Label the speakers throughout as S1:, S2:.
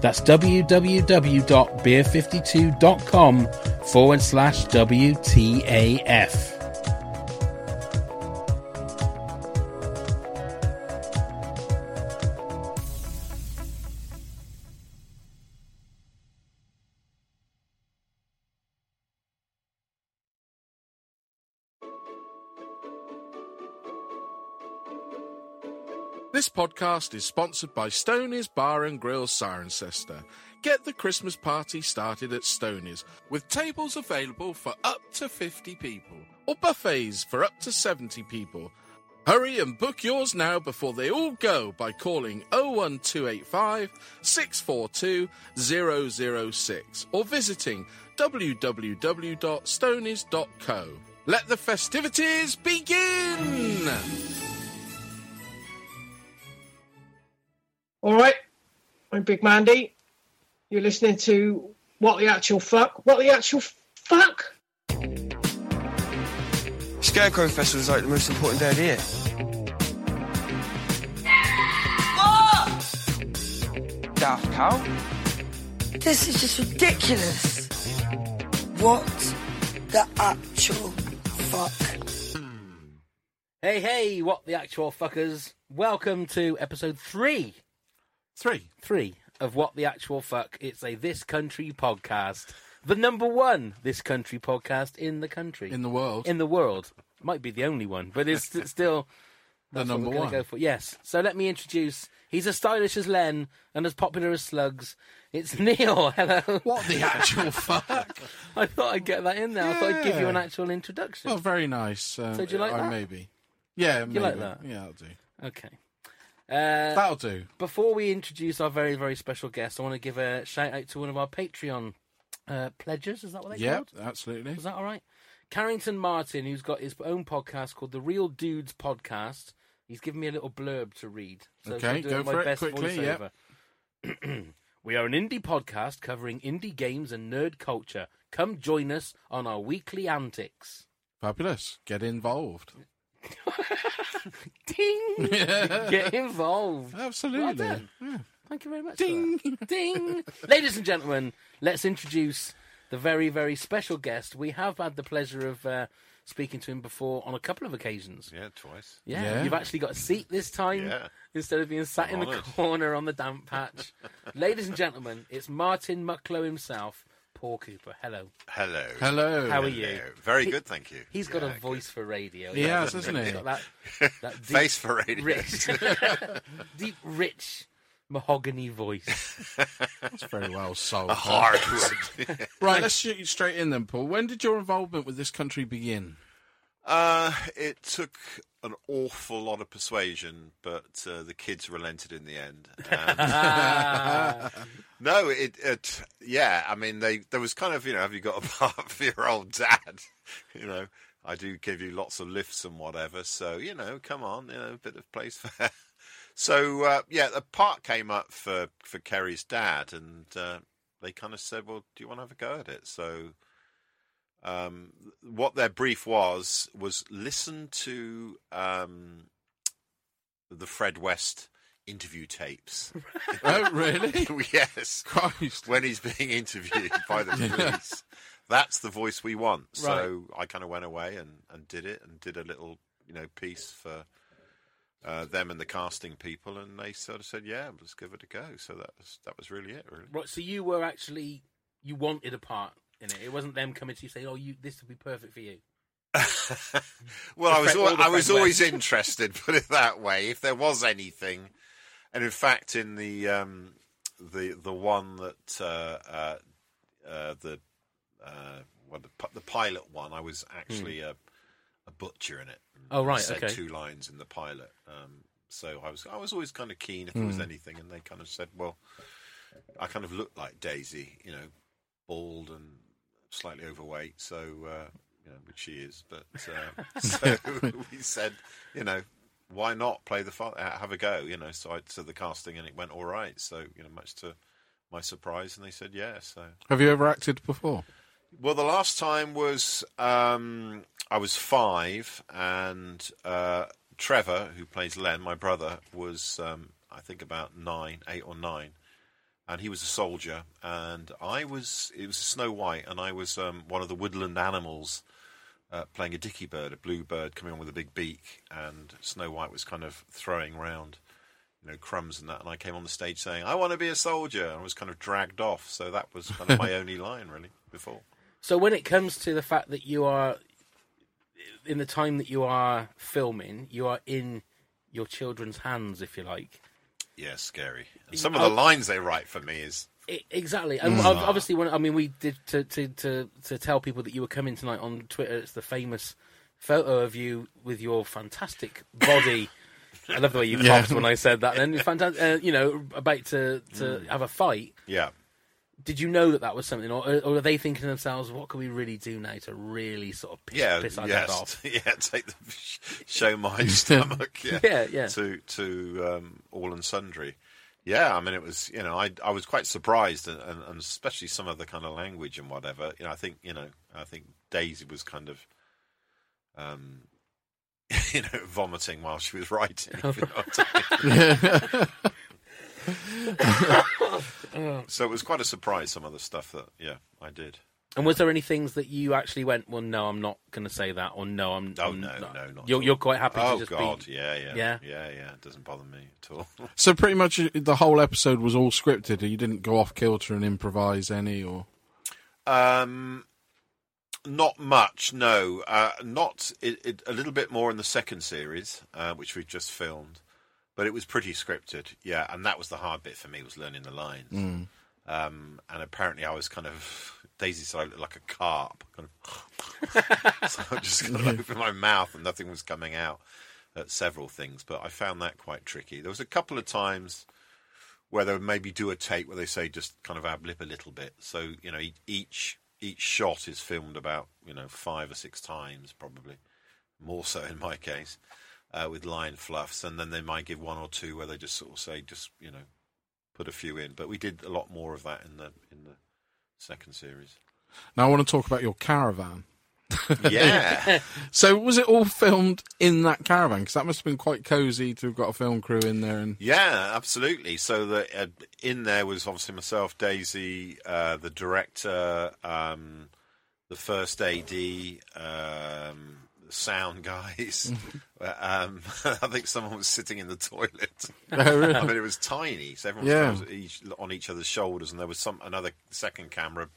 S1: That's www.beer52.com forward slash WTAF.
S2: This podcast is sponsored by Stoney's Bar and Grill Cirencester. Get the Christmas party started at Stoney's with tables available for up to 50 people or buffets for up to 70 people. Hurry and book yours now before they all go by calling 01285 642 006 or visiting www.stonies.co. Let the festivities begin!
S3: All right, I'm Big Mandy. You're listening to What the Actual Fuck? What the Actual Fuck?
S4: Scarecrow Festival is like the most important day of the year. Daft Cow?
S5: This is just ridiculous. What the actual fuck?
S1: Hey, hey, what the actual fuckers? Welcome to episode three,
S2: Three.
S1: three of What the Actual Fuck. It's a This Country podcast, the number one This Country podcast in the country,
S2: in the world.
S1: in the world. Might be the only one, but it's, it's still
S2: the
S1: that's what
S2: number
S1: we're gonna
S2: one.
S1: Go for. Yes. So let me introduce. He's as stylish as Len and as popular as Slugs. It's Neil. Hello.
S2: What the actual fuck?
S1: I thought I'd get that in there. I thought I'd give you an
S2: Yeah.
S1: actual introduction.
S2: Well, very nice. Um,
S1: So do you like
S2: I-
S1: that?
S2: Maybe. Yeah, maybe.
S1: like that?
S2: Yeah, that'll do.
S1: Okay. Uh,
S2: That'll do.
S1: before we introduce our very very special guest, I want to give a shout out to one of our Patreon uh, pledgers. Is that what they
S2: Yeah,
S1: called?
S2: absolutely.
S1: Is that all right? Carrington Martin, who's got his own podcast called the Real Dudes Podcast. He's given me a little blurb to read. So
S2: Okay,
S1: I'm doing
S2: go
S1: my
S2: for it
S1: best
S2: quickly, yeah.
S1: voiceover. we are an indie podcast covering indie games and nerd culture. Come join us on our weekly antics.
S2: Fabulous. Get involved.
S1: Ding! Get involved. Well
S2: Absolutely.
S1: done. Thank you very much. for
S2: Ding.
S1: that. Ding. Ladies and gentlemen, let's introduce the very, very special guest. We have had the pleasure of uh, speaking to him before on a couple of occasions.
S6: Yeah, twice.
S1: Yeah,
S2: Yeah.
S1: you've actually got a seat this time
S6: Yeah.
S1: instead of being sat in the
S6: Honoured.
S1: corner on the damp patch. Ladies and gentlemen, it's Martin Mucklow himself, Paul Cooper. Hello.
S6: Hello.
S2: Hello.
S1: How are you?
S6: Hello. Very good, thank you.
S1: He's
S6: He's
S1: got a voice for radio.
S2: He has, hasn't
S1: He's
S2: he?
S1: got that, that deep,
S6: Face for radio.
S1: rich, deep, rich mahogany voice.
S2: That's very well sold.
S6: A hard one.
S2: Right, let's shoot you straight in then, Paul. When did your involvement with this country begin?
S6: uh, it took an awful lot of persuasion, but uh, the kids relented in the end. And,
S1: Ah,
S6: no, it, it, yeah, I mean, they there was kind of, you know, have you got a part for your old dad? you know, I do give you lots of lifts and whatever, so, you know, come on, you know, a bit of place fair. So uh, yeah, the part came up for for Kerry's dad, and uh, they kind of said, "Well, do you want to have a go at it?" So, um, what their brief was was listen to um, the Fred West interview tapes.
S2: oh, really?
S6: yes,
S2: Christ.
S6: when he's being interviewed by the police, that's the voice we want. So I kind of went away and and did it, and did a little you know piece for uh, them and the casting people, and they sort of said, "Yeah, let's give it a go." So that was that was really it, really.
S1: right, so you were actually you wanted a part in it. It wasn't them coming to you saying, "Oh, you this would be perfect for you."
S6: Well,
S1: The
S6: I was
S1: Fred-
S6: al-
S1: all the
S6: I was
S1: Fred
S6: always
S1: West.
S6: interested, put it that way. If there was anything, and in fact, in the um, the the one that uh, uh, uh, the uh, what the, pi- the pilot one, I was
S1: Hmm.
S6: actually a, a butcher in it.
S1: Oh, right,
S6: said
S1: okay.
S6: two lines in the pilot. Um, so I was I was always kind of keen if there
S1: Hmm.
S6: was anything, and they kind of said, well, I kind of looked like Daisy, you know, bald and slightly overweight, so uh, you know, which she is. But uh, so we said, you know, why not play the father? Have a go, you know. So I to the casting, and it went all right. So you know, much to my surprise, and they said yeah. So
S2: Have you ever acted before?
S6: well, the last time was um, I was five, and uh, Trevor, who plays Len, my brother, was um, I think about nine, eight or nine, and he was a soldier, and I was it was Snow White, and I was um, one of the woodland animals. Uh, playing a dicky bird, a blue bird coming on with a big beak, and Snow White was kind of throwing round, you know, crumbs and that. And I came on the stage saying, "I want to be a soldier," and I was kind of dragged off. So that was kind of my only line really before.
S1: So when it comes to the fact that you are in the time that you are filming, you are in your children's hands, if you like.
S6: Yeah, scary. And some of the lines they write for me is
S1: I E, exactly, and
S6: Hmm.
S1: ob- obviously, when I mean, we did to, to to to tell people that you were coming tonight on Twitter. It's the famous photo of you with your fantastic body. I love the way you coughed when I said that. Then, fantastic, uh, you know, about to to
S6: Hmm.
S1: have a fight.
S6: yeah.
S1: did you know that that was something, or, or are they thinking to themselves, what can we really do now to really sort of piss,
S6: Yeah,
S1: piss our heads
S6: yes,
S1: off?
S6: yeah. Take the show my stomach, yeah,
S1: Yeah, yeah.
S6: To to um, all and sundry, yeah. I mean, it was you know I I was quite surprised, and, and, and especially some of the kind of language and whatever. You know, I think you know I think Daisy was kind of, um, you know, vomiting while she was writing. if you know what I mean. So it was quite a surprise. Some of the stuff that yeah I did.
S1: And was there any things that you actually went, well, no, I'm not going to say that, or no, I'm,
S6: Oh
S1: I'm
S6: no,
S1: not.
S6: no, not.
S1: you're,
S6: at all.
S1: you're quite happy
S6: Oh
S1: to just
S6: God,
S1: be.
S6: yeah, yeah,
S1: Yeah.
S6: yeah, yeah, yeah. It doesn't bother me at all.
S2: So pretty much uh, the whole episode was all scripted. You didn't go off kilter and improvise any, or
S6: um, not much, no. Uh, not it, it, a little bit more in the second series, uh, which we've just filmed, but it was pretty scripted. Yeah, and that was the hard bit for me was learning the lines.
S1: Hmm.
S6: Um, and apparently, I was kind of Daisy said I looked like a carp, kind of. so I just kind of opened my mouth and nothing was coming out at several things, but I found that quite tricky. There was a couple of times where they would maybe do a take where they say just kind of ad lib a little bit. So you know, e- each each shot is filmed about you know five or six times probably, more so in my case, uh, with line fluffs, and then they might give one or two where they just sort of say just you know put a few in. But we did a lot more of that in the in the second series.
S2: now I want to talk about your caravan.
S6: Yeah,
S2: So was it all filmed in that caravan? Because that must have been quite cozy to have got a film crew in there. And
S6: yeah, absolutely. So the uh, in there was obviously myself, Daisy, uh, the director. Um, the first AD, um, sound guys. um, I think someone was sitting in the toilet.
S2: uh,
S6: I mean, it was tiny, so everyone
S2: Yeah.
S6: was kind of each, on each other's shoulders, and there was some another second camera,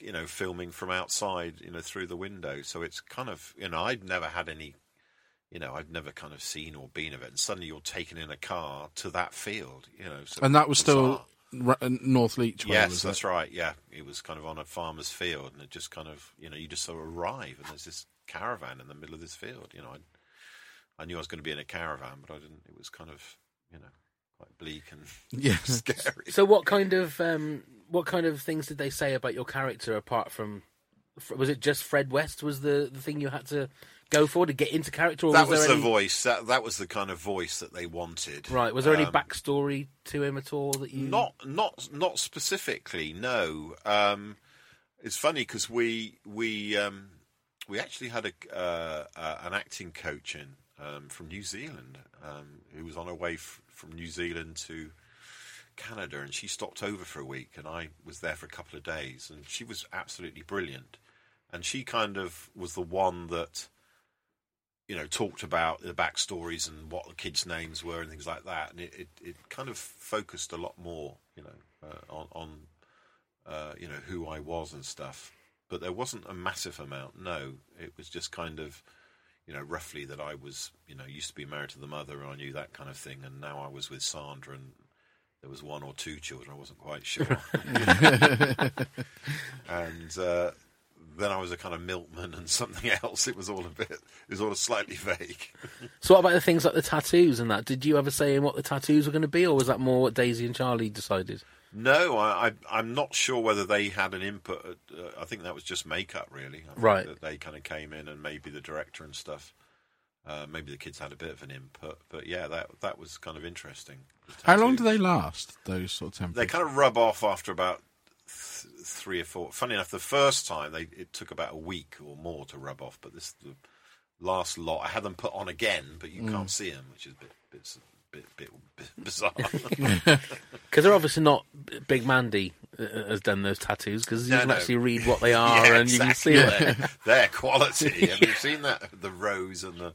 S6: you know, filming from outside, you know, through the window. So it's kind of, you know, I'd never had any. You know, I'd never kind of seen or been of it, and suddenly you're taken in a car to that field. You know, so
S2: and that was
S6: bizarre.
S2: still ra- North Leach. way,
S6: Yes,
S2: was
S6: that's
S2: it?
S6: right. Yeah, it was kind of on a farmer's field, and it just kind of you know you just sort of arrive, and there's this caravan in the middle of this field. You know, I, I knew I was going to be in a caravan, but I didn't. It was kind of you know quite bleak and
S2: Yes.
S6: scary.
S1: So what kind of, um, what kind of things did they say about your character apart from, f- was it just Fred West was the, the thing you had to go for to get into character? Or
S6: That
S1: was,
S6: was
S1: there any,
S6: the voice. That that was the kind of voice that they wanted.
S1: Right, was there any
S6: Um,
S1: backstory to him at all that you.
S6: Not not not specifically. No. Um, it's funny because we we um, we actually had a uh, uh, an acting coach in um, from New Zealand um, who was on her way f- from New Zealand to Canada, and she stopped over for a week, and I was there for a couple of days, and she was absolutely brilliant, and she kind of was the one that you know, talked about the backstories and what the kids' names were and things like that, and it, it, it kind of focused a lot more, you know, uh, on on uh, you know who I was and stuff. but there wasn't a massive amount. No, it was just kind of, you know, roughly that I was, you know, used to be married to the mother, and I knew that kind of thing, and now I was with Sandra, and there was one or two children. I wasn't quite sure. and uh, then I was a kind of milkman and something else. It was all a bit, it was all slightly vague.
S1: So what about the things like the tattoos and that? Did you ever say in what the tattoos were going to be, or was that more what Daisy and Charlie decided?
S6: No, I, I, I'm not sure whether they had an input. Uh, I think that was just makeup, really. I think
S1: Right.
S6: That they kind of came in, and maybe the director and stuff. Uh, maybe the kids had a bit of an input, but yeah, that that was kind of interesting. The
S2: How long do
S6: tattoos.
S2: they last? Those sort of
S6: They
S2: temperatures.
S6: kind of rub off after about th- three or four. Funny enough, the first time they it took about a week or more to rub off, but this the last lot I had them put on again, but you can't see them, which is a bit bit bit, bit, bit bizarre.
S1: Because they're obviously not Big Mandy uh, has done those tattoos because you
S6: No,
S1: can
S6: no.
S1: actually read what they are and you can see it.
S6: exactly. Their quality. Have you seen that? The rose and the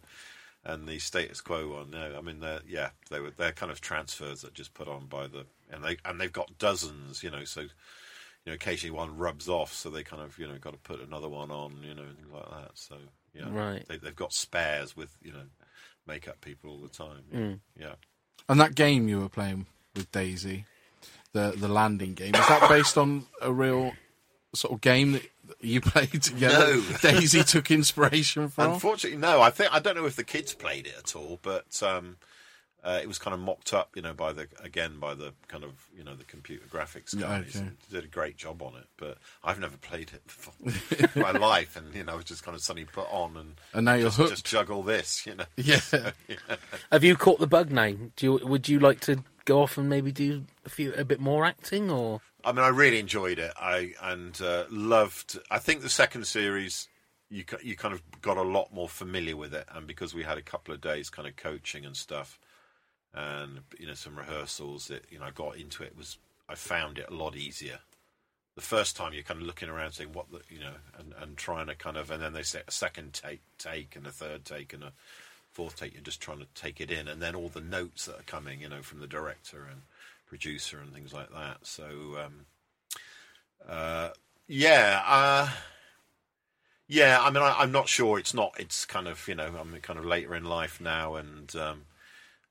S6: and the status quo one. No, I mean they're yeah, they were they're kind of transfers that just put on by the and they and they've got dozens, you know, so you know, occasionally one rubs off, so they kind of, you know, got to put another one on, you know, and things like that. So yeah.
S1: Right.
S6: They they've got spares with, you know, makeup people all the time.
S1: Mm.
S6: Yeah.
S2: And that game you were playing with Daisy, the the landing game, is that based on a real sort of game that you played together?
S6: No.
S2: Daisy took inspiration from.
S6: Unfortunately, no. I think I don't know if the kids played it at all, but um, uh, it was kind of mocked up, you know, by the again by the kind of you know the computer graphics
S2: Yeah,
S6: guys.
S2: okay.
S6: and Did a great job on it, but I've never played it before in my life, and you know, I was just kind of suddenly put on and
S2: And now you're
S6: just,
S2: hooked.
S6: just juggle this, you know.
S2: yeah.
S1: Have you caught the bug now? Do you, would you like to go off and maybe do a few a bit more acting or?
S6: I mean, I really enjoyed it. I and uh, loved. I think the second series, you ki- you kind of got a lot more familiar with it, and because we had a couple of days kind of coaching and stuff, and you know some rehearsals, that you know I got into it was I found it a lot easier. The first time you're kind of looking around, saying what the you know, and, and trying to kind of, and then they say a second take, take, and a third take, and a fourth take. You're just trying to take it in, and then all the notes that are coming, you know, from the director and producer and things like that. So um, uh, yeah, uh, yeah. I mean, I, I'm not sure. It's not. It's kind of you know, I'm kind of later in life now, and um,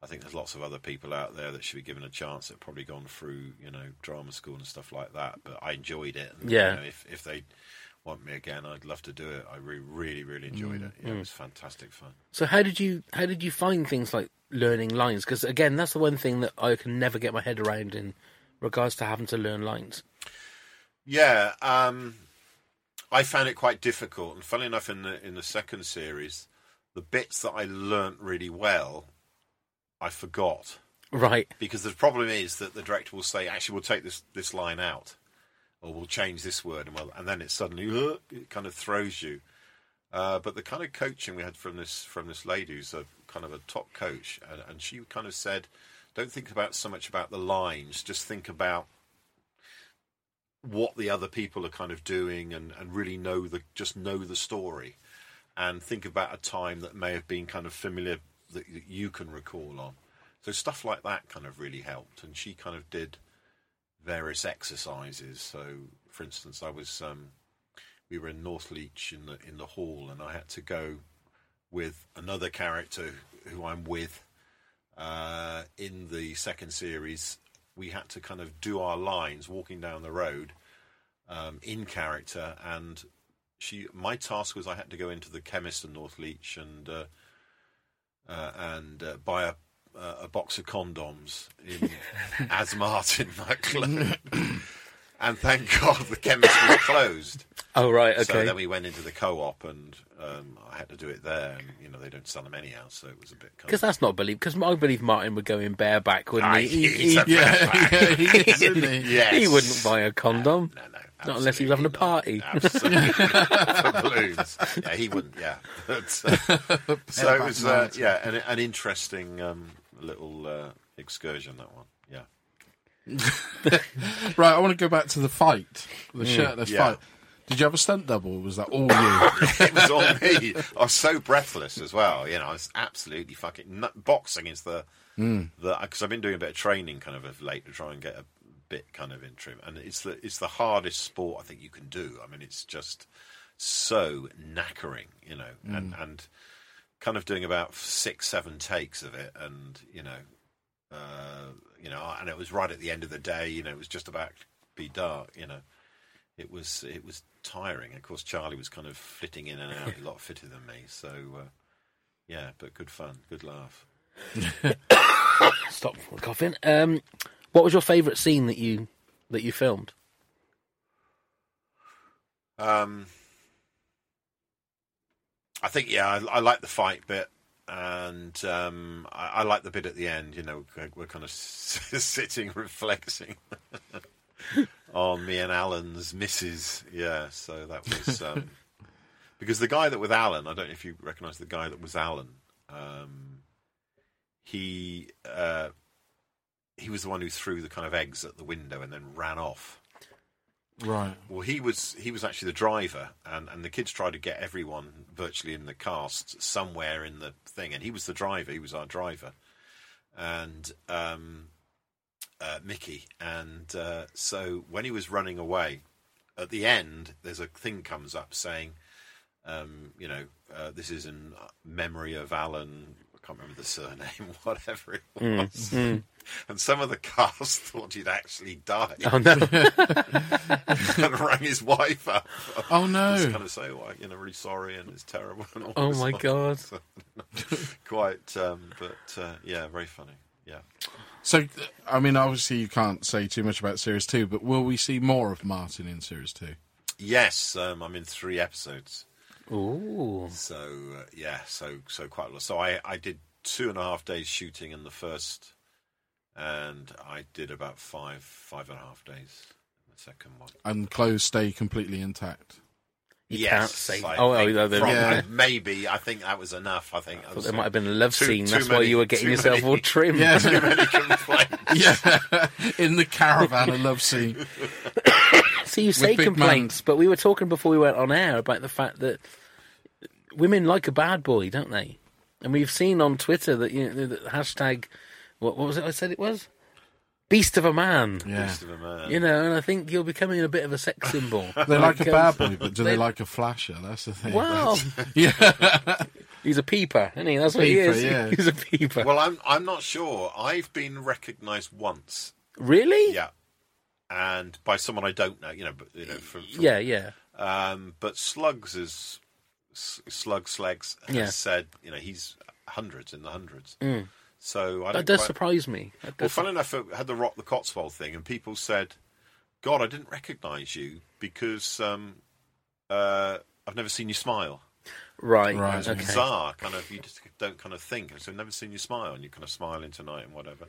S6: I think there's lots of other people out there that should be given a chance. That have probably gone through you know drama school and stuff like that. But I enjoyed it. And,
S1: Yeah.
S6: You know, if if they want me again, I'd love to do it. I really, really, really enjoyed it. Yeah, It was fantastic fun.
S1: So how did you how did you find things like learning lines? Because again, that's the one thing that I can never get my head around in regards to having to learn lines.
S6: Yeah, um, I found it quite difficult, and funnily enough, in the in the second series, the bits that I learnt really well, I forgot
S1: Right.
S6: because the problem is that the director will say, "Actually, we'll take this this line out, or we'll change this word," and well, and then it suddenly "Ugh," it kind of throws you. Uh, but the kind of coaching we had from this from this lady who's a kind of a top coach, and, and she kind of said, "Don't think about so much about the lines, just think about." what the other people are kind of doing and, and really know the just know the story and think about a time that may have been kind of familiar that y- you can recall on so stuff like that kind of really helped and she kind of did various exercises so for instance i was um we were in north leach in the in the hall and i had to go with another character who i'm with uh, in the second series, we had to kind of do our lines walking down the road um, in character, and she. My task was I had to go into the chemist in North Leach and uh, uh, and uh, buy a. Uh, a box of condoms in, as Martin McClure. and thank God the chemist was closed.
S1: Oh right.
S6: So
S1: Okay.
S6: then we went into the co-op, and um, I had to do it there. And you know they don't sell them anyhow, so it was a bit. Kind
S1: Because
S6: of,
S1: that's not believe. Because I believe Martin would go in bareback, wouldn't he?
S6: I-
S1: He-
S6: Ah, he's
S1: he-
S6: a
S2: Yeah, yeah, he is, isn't he?
S6: Yes.
S1: He wouldn't buy a condom.
S6: No, no.
S1: Not unless he was
S6: absolutely
S1: having a
S6: not.
S1: party.
S6: Absolutely. not. For balloons. Yeah, he wouldn't, yeah. But, uh, so it was, uh, yeah, an, an interesting um, little uh, excursion, that one. Yeah.
S2: Right, I want to go back to the fight, the shirtless
S6: Hmm. yeah.
S2: fight. Did you have a stunt double? Or was that all you?
S6: It was all me. I was so breathless as well. You know, I was absolutely fucking. Nut- boxing is the. Because I've been doing a bit of training kind of of late to try and get a bit kind of interim, and it's the it's the hardest sport I think you can do. I mean, it's just so knackering, you know, and and kind of doing about six seven takes of it, and you know, uh, you know, and it was right at the end of the day, you know, it was just about to be dark, you know, it was it was tiring. Of course, Charlie was kind of flitting in and out, a lot fitter than me, so. Uh, yeah, but good fun, good laugh.
S1: Stop from coughing. Um, what was your favourite scene that you that you filmed?
S6: Um, I think yeah, I, I like the fight bit, and um, I, I like the bit at the end. You know, we're- we're kind of sitting reflecting on me and Alan's misses. Yeah, so that was um, because the guy that was Alan. I don't know if you recognise the guy that was Alan. Um, he uh, he was the one who threw the kind of eggs at the window and then ran off.
S2: Right.
S6: Well, he was he was actually the driver, and, and the kids tried to get everyone virtually in the cast somewhere in the thing, and he was the driver. He was our driver, and um, uh, Mickey. And uh, so when he was running away, at the end, there's a thing comes up saying, um, you know, uh, this is in memory of Alan. I can't remember the surname, whatever it was. And some of the cast thought he'd actually died
S1: Oh no!
S6: and rang his wife up.
S2: Oh no.
S6: Just kind of say, well, you know, really sorry and it's terrible. And all
S1: Oh
S6: this
S1: my
S6: sort
S1: god!
S6: of- Quite, um, but uh, yeah, very funny. Yeah.
S2: So, I mean, obviously, you can't say too much about series two, but will we see more of Martin in series two?
S6: Yes, um, I'm in three episodes.
S1: Ooh,
S6: So uh, yeah, so so quite a lot. So I I did two and a half days shooting in the first, and I did about five five and a half days in the second one.
S2: And clothes stay completely intact.
S1: You
S6: yes,
S1: can't say-
S6: I
S1: oh, well,
S6: think
S1: no, there-
S6: from-
S2: Yeah.
S6: maybe I think that was enough. I think I
S1: there might have been a love
S6: Too-
S1: scene.
S6: too
S1: That's why
S6: many-
S1: you were getting
S6: too
S1: yourself
S6: many.
S1: all trim.
S6: too
S2: Yeah,
S6: many complaints.
S2: yeah. in the caravan, a love scene.
S1: So you say
S2: With big
S1: complaints, but we were talking before we went on air about the fact that women like a bad boy, don't they? And we've seen on Twitter that you know, the hashtag, what, what was it? I said it was beast of a man.
S2: Yeah,
S6: Beast of a man.
S1: You know, and I think you're becoming a bit of a sex symbol. um,
S2: they like a bad
S1: Because-
S2: boy, but do they like a flasher? That's the thing.
S1: Well,
S2: yeah,
S1: he's a peeper, isn't he? That's what
S2: Peeper,
S1: he is.
S2: yeah.
S1: He's a peeper.
S6: Well, I'm I'm not sure. I've been recognised once,
S1: really?
S6: yeah, and by someone I don't know, you know, but you know, from, from-
S1: yeah, yeah.
S6: Um, but Slugs is S- Slug Slegs has
S1: Yeah. Mm.
S6: said, you know, he's hundreds in the hundreds. So I
S1: That
S6: don't
S1: does
S6: quite-
S1: surprise me. That
S6: Well,
S1: does
S6: fun enough, it had the Rock the Cotswold thing, and people said, "God, I didn't recognise you because um, uh, I've never seen you smile."
S1: right.
S2: Right.
S1: Okay.
S6: bizarre kind of you just don't kind of think so i've never seen you smile and you're kind of smiling tonight and whatever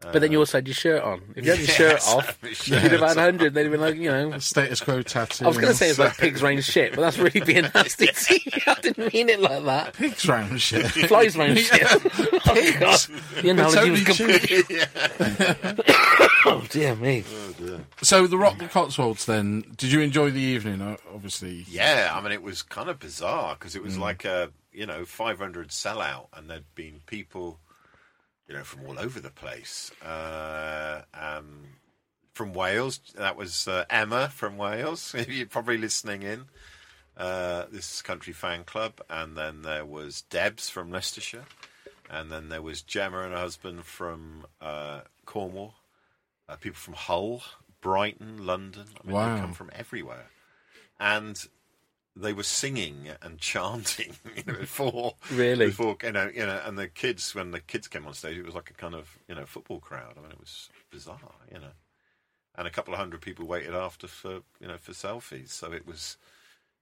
S1: But then you also had your shirt on. If you had your shirt
S6: Yes,
S1: off,
S6: I have my
S1: you'd have
S6: shirt
S1: had
S6: on.
S1: 100. They'd have been like, you know,
S2: status quo tattoo.
S1: I was going to say it's like pigs rain shit, but that's really being nasty. to you. I didn't mean it like that.
S2: pigs round shit.
S1: Flies rain shit. oh, God. The analogy was
S2: Totally
S1: complete.
S2: cheap.
S1: Oh, dear me.
S6: Mm.
S2: So, the Rock the Cotswolds. Then, did you enjoy the evening? Uh, Obviously,
S6: yeah i mean it was kind of bizarre because it was like a you know 500 sellout and there'd been people you know from all over the place uh, um, from wales that was uh, emma from wales you're probably listening in uh, this country fan club and then there was debs from leicestershire and then there was Gemma and her husband from uh, Cornwall, uh, people from Hull, Brighton, London. I mean,
S2: Wow.
S6: they come from everywhere, and they were singing and chanting you know, before
S1: Really?
S6: before you know you know and the kids when the kids came on stage it was like a kind of you know football crowd. I mean, it was bizarre, you know. And a couple of hundred people waited after for you know for selfies, so it was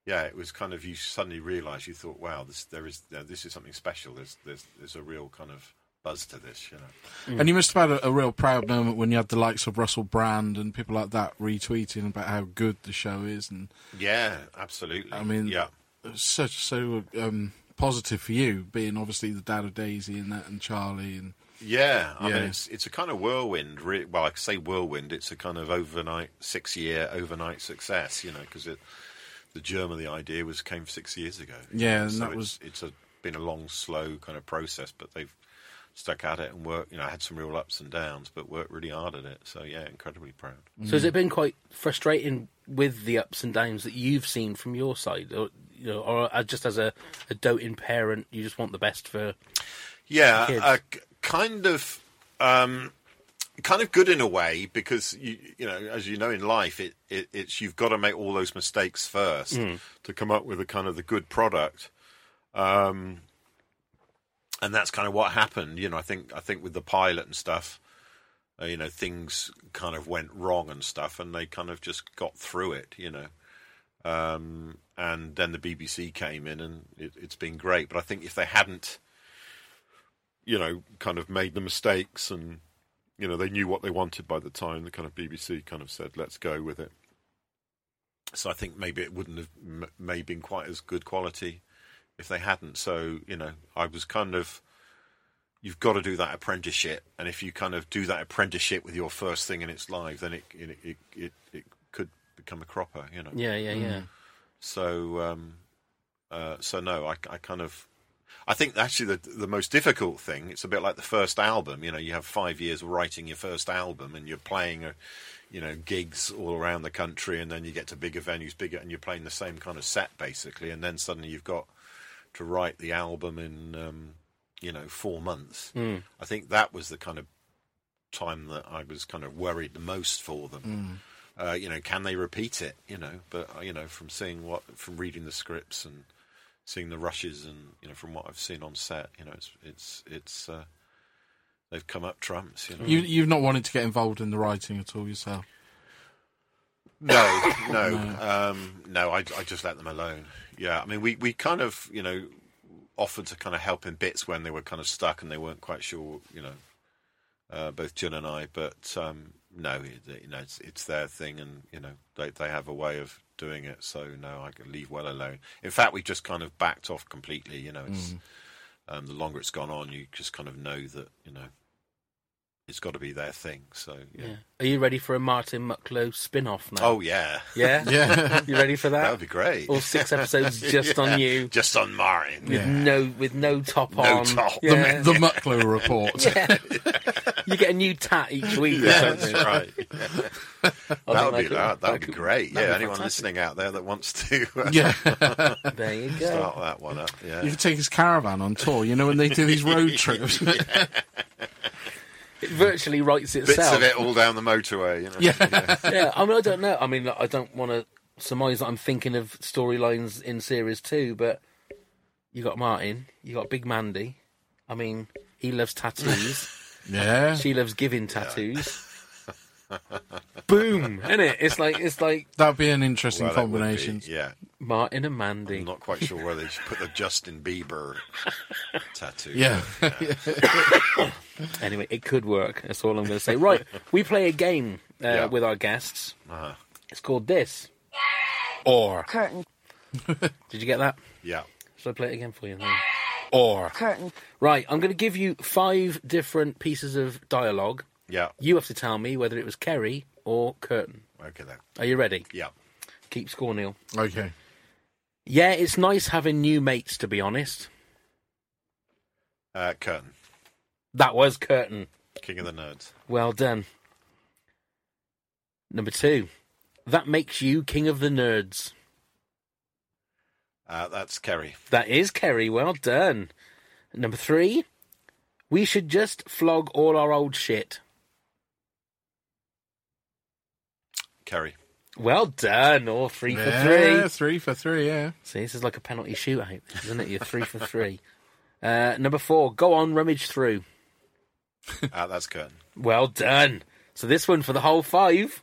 S6: yeah, it was kind of you suddenly realise you thought, wow, this there is there- this is something special. There's there's there's a real kind of buzz to this, you know.
S2: And you must have had a, a real proud moment when you had the likes of Russell Brand and people like that retweeting about how good the show is, and
S6: Yeah, absolutely.
S2: I mean,
S6: yeah,
S2: it was such so um, positive for you being obviously the dad of Daisy and that and Charlie and
S6: yeah. I
S2: Yeah.
S6: mean, it's it's a kind of whirlwind. Really, well, I could say whirlwind. It's a kind of overnight, six year overnight success, you know, because it the germ of the idea was came six years ago.
S2: Yeah, and
S6: so
S2: that
S6: it's,
S2: was-
S6: it's a been a long, slow kind of process, but they've stuck at it and worked. You know, I had some real ups and downs, but worked really hard at it. So yeah, incredibly proud.
S1: So has it been quite frustrating with the ups and downs that you've seen from your side, or you know, or uh, just as a, a doting parent, you just want the best for?
S6: Yeah,
S1: kids?
S6: uh, k- kind of, um, kind of good in a way because you you know as you know in life it, it it's you've got to make all those mistakes first to come up with a kind of the good product, um, and that's kind of what happened. You know, I think I think with the pilot and stuff. Uh, you know things kind of went wrong and stuff, and they kind of just got through it. You know, um, and then the BBC came in, and it, it's been great. But I think if they hadn't, you know, kind of made the mistakes and, you know, they knew what they wanted by the time the kind of BBC kind of said, let's go with it. So I think maybe it wouldn't have m- may been quite as good quality if they hadn't. So, you know, I was kind of, you've got to do that apprenticeship. And if you kind of do that apprenticeship with your first thing and it's live, then it, it, it, it, it could become a cropper, you know.
S1: Yeah, yeah, yeah.
S6: So, um, uh, so no, I, I kind of, I think actually the the most difficult thing. It's a bit like the first album. You know, you have five years writing your first album, and you're playing, uh, you know, gigs all around the country, and then you get to bigger venues, bigger, and you're playing the same kind of set basically, and then suddenly you've got to write the album in, um, you know, four months. I think that was the kind of time that I was kind of worried the most for them uh, you know, can they repeat it? You know, but uh, you know, from seeing what, from reading the scripts and seeing the rushes, and you know, from what I've seen on set, you know, it's it's it's uh, they've come up trumps. You know,
S2: You, you've not wanted to get involved in the writing at all yourself.
S6: no, no, um, no. I I just let them alone. Yeah, I mean, we we kind of you know offered to kind of help in bits when they were kind of stuck and they weren't quite sure. You know, uh, both Jill and I, but um, no, it- you know, it's it's their thing, and you know, they they have a way of doing it. So no, I can leave well alone. In fact, we just kind of backed off completely. You know, it's um, the longer it's gone on, you just kind of know that you know it's got to be their thing. So yeah.
S1: Yeah. Are you ready for a Martin Mucklow spin-off now?
S6: Oh yeah.
S1: yeah,
S2: Yeah.
S1: You ready for that?
S6: That would be great.
S1: All six episodes just
S6: Yeah,
S1: on you,
S6: Just on Martin.
S1: with no with no top
S6: No
S1: on.
S6: top. The-
S1: Yeah.
S2: The Muckler report.
S1: Yeah. you get a new tat each week or
S6: Yeah,
S1: something.
S6: that's right.
S1: I
S6: that
S1: think
S6: would be
S1: could-
S6: that. That would be
S1: could-
S6: great.
S1: that'd
S6: Yeah,
S1: be
S6: anyone
S1: fantastic.
S6: listening out there that wants to uh,
S2: Yeah.
S1: There you go.
S6: start that one up.
S2: You
S6: Yeah.
S2: could take his caravan on tour, you know, when they do these road trips.
S1: It virtually writes
S6: Bits
S1: itself.
S6: of it all down the motorway. You know?
S2: Yeah.
S1: yeah, I mean, I don't know. I mean, I don't want to surmise that I'm thinking of storylines in series two, but you got Martin, you got Big Mandy. I mean, he loves tattoos.
S2: yeah.
S1: she loves giving tattoos. Boom, isn't it? It's like it's like
S2: That'd be an interesting
S6: Well, that would be-
S2: combination.
S6: yeah.
S1: Martin and Mandy.
S6: I'm not quite sure where they should put the Justin Bieber tattoo.
S2: Yeah.
S1: Anyway, it could work. That's all I'm going to say. Right, we play a game uh,
S6: Yeah.
S1: with our guests.
S6: Uh-huh.
S1: It's called this.
S2: Or,
S5: Curtain,
S1: Did you get that?
S6: Yeah.
S1: Should I play it again for you? Then?
S2: or.
S5: curtain,
S1: Right, I'm going to give you five different pieces of dialogue.
S6: Yeah.
S1: You have to tell me whether it was Kerry or Curtin.
S6: Okay then.
S1: Are you ready?
S6: Yeah.
S1: Keep score, Neil.
S2: Okay.
S1: Yeah, it's nice having new mates, to be honest.
S6: Uh, Curtain,
S1: That was Curtin.
S6: King of the Nerds.
S1: Well done. Number two. That makes you king of the nerds.
S6: Uh, that's Kerry.
S1: That is Kerry. Well done. Number three. We should just flog all our old shit.
S6: Kerry.
S1: Well done. All three for three.
S2: Yeah, three for three, yeah.
S1: See, this is like a penalty shootout, isn't it? You're three for three. Uh, number four, go on, rummage through.
S6: Uh, that's Curtain.
S1: Well done. So this one for the whole five.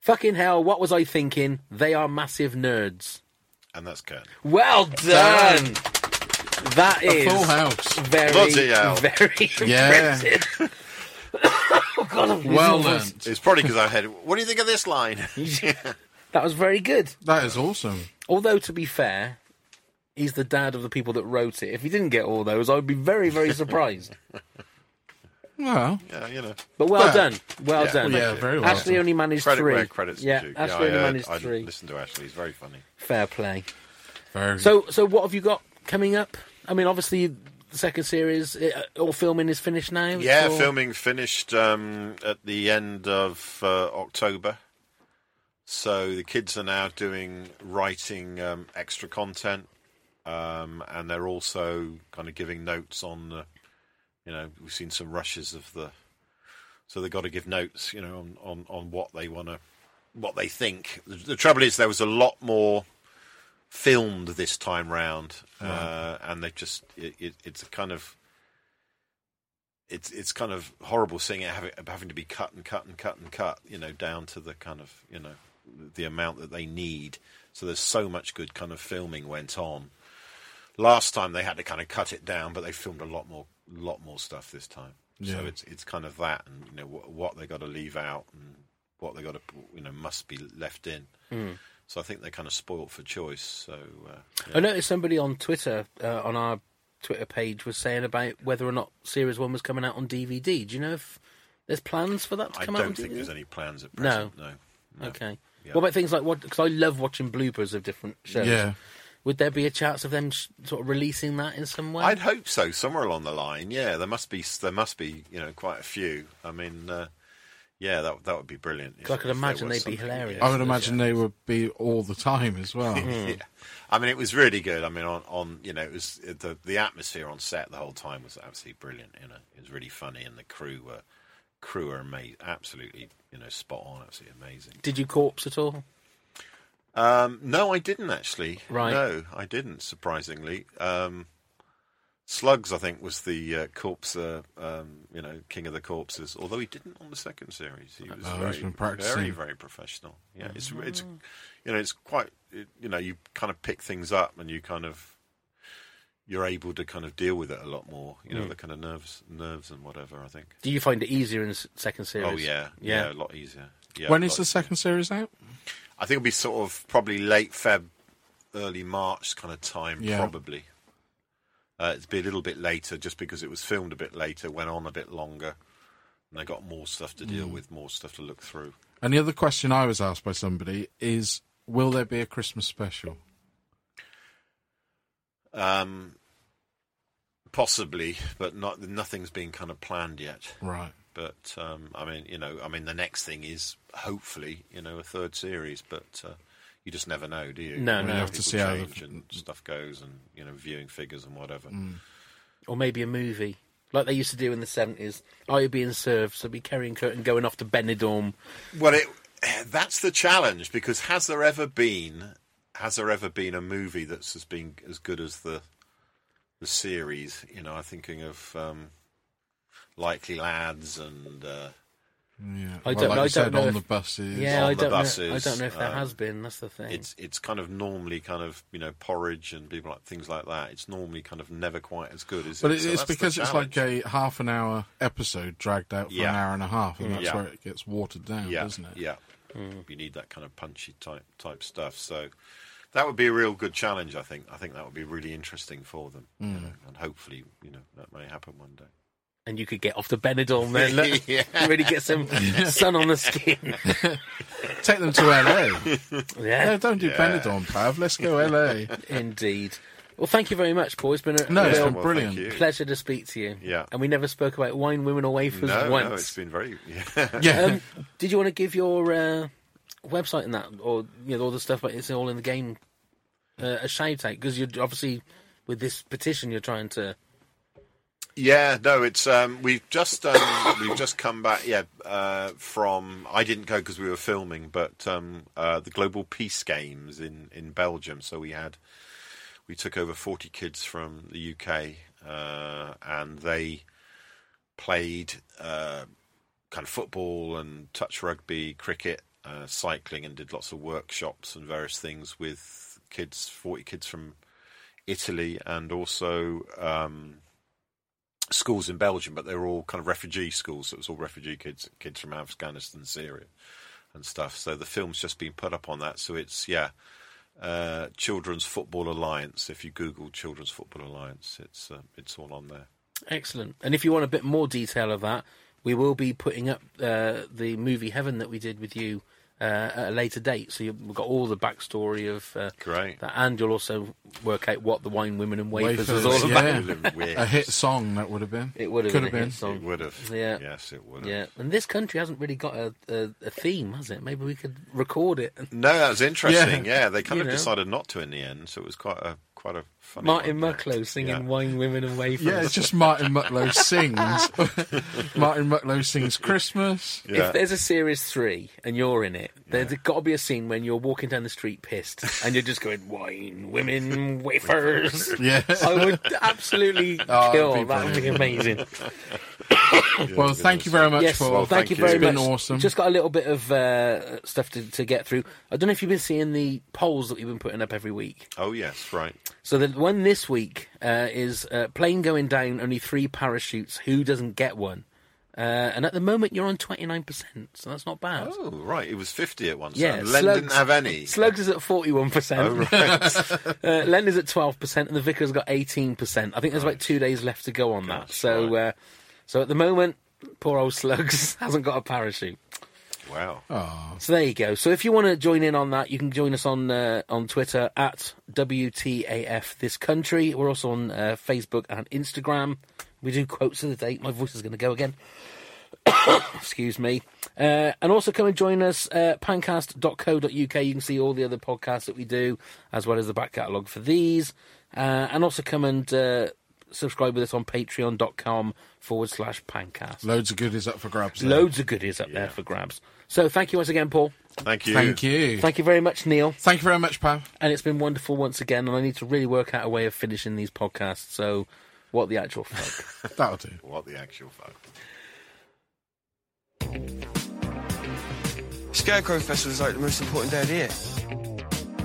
S1: Fucking hell, what was I thinking? They are massive nerds.
S6: And that's Curtain.
S1: Well done. That is
S2: A full house.
S1: very,
S6: Bloody hell.
S1: very
S2: Yeah.
S1: impressive. oh God, I'm losing
S2: Well
S1: my voice.
S2: learnt.
S6: It's probably because I had. What do you think of this line?
S1: That was very good.
S2: That is awesome.
S1: Although to be fair, he's the dad of the people that wrote it. If he didn't get all those, I would be very, very surprised.
S2: Well,
S6: yeah, you know.
S1: But well
S2: Well,
S1: done. Well
S6: yeah.
S1: done.
S2: yeah, very well.
S1: Ashley only managed
S6: Credit
S1: three.
S6: where credit's
S1: yeah,
S6: due.
S1: Ashley
S6: I,
S1: only
S6: heard-
S1: managed
S6: I
S1: three.
S6: listened to Ashley. He's very funny.
S1: Fair play.
S2: Very
S1: So, so what have you got coming up? I mean, obviously, the second series, uh, all filming is finished now? It's
S6: Yeah,
S1: all-
S6: filming finished um, at the end of uh, October. So the kids are now doing writing um, extra content, um, and they're also kind of giving notes on the. You know, we've seen some rushes of the, so they've got to give notes. You know, on on, on what they want to, what they think. The, the trouble is, there was a lot more filmed this time round, uh, and they just it, it, it's a kind of it's it's kind of horrible seeing it having, having to be cut and cut and cut and cut, you know, down to the kind of you know the amount that they need. So there's so much good kind of filming went on. Last time they had to kind of cut it down, but they filmed a lot more lot more stuff this time.
S2: Yeah.
S6: So it's it's kind of that, and you know what, what they got to leave out and what they got to you know must be left in.
S1: Hmm.
S6: So I think they're kind of spoilt for choice. So uh,
S1: I noticed somebody on Twitter, uh, on our Twitter page, was saying about whether or not Series 1 was coming out on DVD. Do you know if there's plans for that to
S6: I
S1: come out on
S6: don't
S1: DVD?
S6: think there's any plans at
S1: No.
S6: present. No. no.
S1: Okay.
S6: Yeah.
S1: What about things like what? Because I love watching bloopers of different shows.
S2: Yeah.
S1: Would there be a chance of them sh- sort of releasing that in some way?
S6: I'd hope so. Somewhere along the line, yeah, there must be there must be you know quite a few. I mean, uh, yeah, that that would be brilliant. if-
S1: I could
S6: if there
S1: imagine
S6: was
S1: they'd be
S6: something,
S1: hilarious.
S2: I would imagine they would be all the time as well.
S6: Yeah. I mean, it was really good. I mean, on, on you know, it was it- the the atmosphere on set the whole time was absolutely brilliant. You know, it was really funny, and the crew were crew were amazing, absolutely you know spot on, absolutely amazing.
S1: Did you corpse at all?
S6: Um, no, I didn't actually.
S1: Right.
S6: No, I didn't. Surprisingly, um, Slugs, I think, was the uh, corpse, uh, um, you know, king of the corpses. Although he didn't on the second series, he was
S2: Oh, he's
S6: very,
S2: been practicing. Oh.
S6: very, very professional. Yeah, it's it's, you know, it's quite, it, you know, you kind of pick things up and you kind of. You're able to kind of deal with it a lot more, you know,
S2: Hmm.
S6: the kind of nerves, nerves and whatever. I think.
S1: Do you find it easier in the s- second series?
S6: Oh yeah, yeah,
S1: yeah.
S6: a lot easier. Yeah,
S2: when
S6: a
S2: is
S6: lot
S2: the
S6: easier.
S2: second series out?
S6: I think it'll be sort of probably late Feb, early March kind of time,
S2: Yeah.
S6: probably. Uh, it'd be a little bit later just because it was filmed a bit later, went on a bit longer, and they got more stuff to
S2: Mm.
S6: deal with, more stuff to look through.
S2: And the other question I was asked by somebody is, will there be a Christmas special?
S6: Um, possibly, but not nothing's been kind of planned yet.
S2: Right.
S6: But um, I mean, you know, I mean, the next thing is hopefully, you know, a third series, but uh, you just never know, do you?
S1: No,
S6: You
S1: no.
S6: know,
S1: You have
S2: to
S6: people
S2: see how the-
S6: change and stuff goes, and you know, viewing figures and whatever.
S2: Mm.
S1: Or maybe a movie, like they used to do in the seventies. Are you being served? So be carrying curtain going off to Benidorm.
S6: Well, it, that's the challenge because has there ever been has there ever been a movie that's has been as good as the the series? You know, I'm thinking of um, Likely Lads and uh,
S2: Yeah.
S1: I don't-
S2: like
S1: I
S2: you
S1: don't
S2: said,
S1: know
S2: on
S1: if-
S2: the buses.
S1: Yeah,
S6: on
S1: I
S6: the
S1: don't. know, I
S6: buses,
S1: don't know if there
S6: um,
S1: has been. That's the
S2: Hmm.
S1: thing.
S6: it's it's kind of normally kind of you know porridge and people like things like that. It's normally kind of never quite as good as.
S2: But
S6: it?
S2: it,
S6: So
S2: it's
S6: that's the
S2: because it's like uh,
S6: challenge.
S2: a half an hour episode dragged out for an
S6: Yeah.
S2: hour and a half, and that's
S6: Yeah.
S2: where it gets watered down,
S6: yeah,
S2: doesn't it? Hmm.
S6: Yeah, you need that kind of punchy type type stuff. So that would be a real good challenge. I think. I think that would be really interesting for them, you
S2: Hmm.
S6: know, and hopefully, you know, that may happen one day.
S1: and you could get off to Benidorm then. Look, really get some sun on the skin.
S2: Take them to LA. no,
S1: yeah,
S2: don't do Benidorm, Pav. Let's go LA.
S1: indeed. Well, thank you very much, Paul. It's been a
S2: No, it's
S1: real
S2: been
S6: well,
S2: brilliant.
S6: thank you.
S1: pleasure to speak to you.
S6: Yeah.
S1: and we never spoke about wine, women, or wafers
S6: No,
S1: once.
S6: no, it's been very. Yeah.
S2: Yeah.
S1: Um, did you want to give your uh, website and that, or you know, all the stuff about it's all in the game, uh, a shout out because you're obviously with this petition you're trying to.
S6: yeah, no, it's um, we've just um, we've just come back. Yeah, uh, from I didn't go because we were filming, but um, uh, the Global Peace Games in in Belgium. So we had we took over 40 kids from the UK uh, and they played uh, kind of football and touch rugby, cricket, uh, cycling, and did lots of workshops and various things with kids, 40 kids from Italy and also um, schools in Belgium, but they were all kind of refugee schools. So it was all refugee kids, kids from Afghanistan, Syria, and stuff. So the film's just been put up on that. So it's, yeah uh, Children's Football Alliance. If you Google Children's Football Alliance, it's uh, it's all on there.
S1: Excellent. And if you want a bit more detail of that, we will be putting up uh, the movie Heaven that we did with you uh, at a later date. So you've got all the backstory of uh,
S6: Great.
S1: that, and you'll also work out what the wine, women, and wafers was
S2: Wafers,
S1: all
S2: yeah.
S1: about.
S2: A hit song that would have been.
S1: It would have
S2: Could
S1: been, a hit
S6: It
S1: song.
S6: would have.
S1: Yeah.
S6: Yes, it would have.
S1: Yeah, and this country hasn't really got a, a, a theme, has it? Maybe we could record it. And
S6: No, that was interesting.
S2: Yeah.
S6: Yeah, they kind
S1: You
S6: of
S1: know.
S6: decided not to in the end, so it was quite a quite a funny.
S1: Martin
S6: one, yeah.
S1: Mucklow singing
S6: Yeah.
S1: "Wine, Women, and Wafers."
S2: Yeah, it's just Martin Mucklow sings. Martin Mucklow sings Christmas.
S6: Yeah.
S1: If there's a series three and you're in it, there's got to be a scene when you're walking down the street pissed and you're just going wine, women, wafers.
S2: Yeah.
S1: I would absolutely
S2: Oh, it'd be
S1: kill. That would be amazing.
S2: well, thank you very much
S1: yes,
S2: for.
S1: well, thank, you
S6: thank
S1: very
S6: you.
S1: much.
S2: It's been awesome.
S1: Just got a little bit of uh, stuff to, to get through. I don't know if you've been seeing the polls that we've been putting up every week.
S6: Oh yes, right.
S1: So the one this week uh, is uh, plane going down, only three parachutes. Who doesn't get one? Uh, and at the moment, you're on 29%, so that's not bad.
S6: Oh right, it was fifty at one.
S1: Yeah,
S6: Yeah, Len didn't
S1: Slugs-
S6: have any.
S1: Slugs is at forty-one
S6: Oh,
S1: percent.
S6: right.
S1: Uh, Len is at twelve percent, and the Vicar's got eighteen percent. I think there's about two days left to go on that.
S6: Gosh,
S1: So,
S6: right.
S1: uh, so at the moment, poor old Slugs hasn't got a parachute.
S6: wow.
S1: So there you go. So if you want to join in on that, you can join us on uh, on Twitter at WTAF This Country. We're also on uh, Facebook and Instagram. We do quotes of the day. My voice is going to go again. Excuse me. Uh, and also come and join us uh, pancast.co.uk. You can see all the other podcasts that we do, as well as the back catalogue for these. Uh, and also come and uh, subscribe with us on patreon.com forward slash pancast.
S2: Loads of goodies up for grabs. there.
S1: Loads of goodies up there for grabs. So thank you once again, Paul.
S6: Thank you.
S2: Thank you.
S1: Thank you very much, Neil.
S2: Thank you very much, Pam.
S1: And it's been wonderful once again, and I need to really work out a way of finishing these podcasts. So, what the actual fuck?
S2: That'll do.
S6: What the actual fuck?
S4: Scarecrow Festival is like the most important day of the year.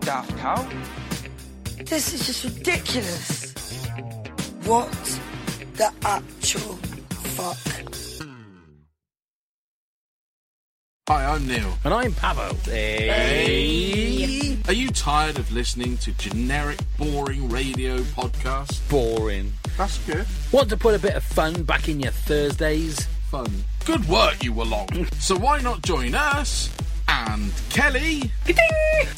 S4: Daft Cow.
S5: This is just ridiculous. What the actual fuck?
S2: Hi, I'm Neil.
S1: and I'm Pavo. Hey.
S2: Are you tired of listening to generic, boring radio podcasts?
S1: Boring.
S2: That's good.
S1: Want to put a bit of fun back in your Thursdays?
S2: Fun. Good work, you were long. so why not join us and Kelly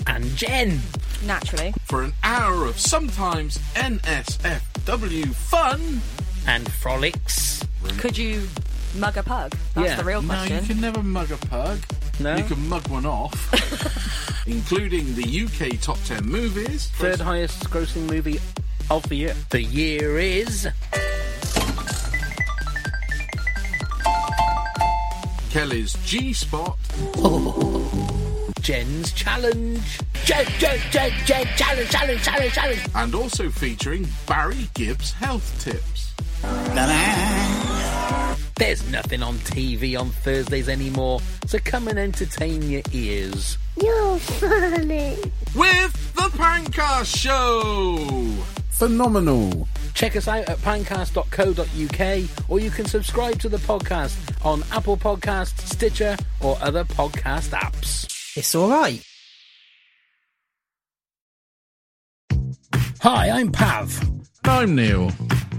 S1: And Jen.
S7: Naturally.
S2: for an hour of sometimes NSFW fun?
S1: And Frolics.
S7: Could you mug a pug? That's
S1: Yeah.
S7: the real
S2: No, you
S7: question.
S2: can never mug a pug.
S1: No?
S2: You can mug one off, including the UK top 10 movies.
S1: Third highest grossing movie of the year. The year is.
S2: Kelly's G Spot.
S1: Jen's Challenge. Jen, Jen, Jen, Jen, Challenge, Challenge, Challenge, Challenge.
S2: and also featuring Barry Gibbs health tips.
S1: There's nothing on TV on Thursdays anymore, so come and entertain your ears.
S8: You're funny.
S2: With the Pancast Show!
S9: Phenomenal.
S1: Check us out at pancast.co.uk or you can subscribe to the podcast on Apple Podcasts, Stitcher, or other podcast apps.
S5: It's alright.
S1: Hi, I'm Pav.
S2: I'm Neil.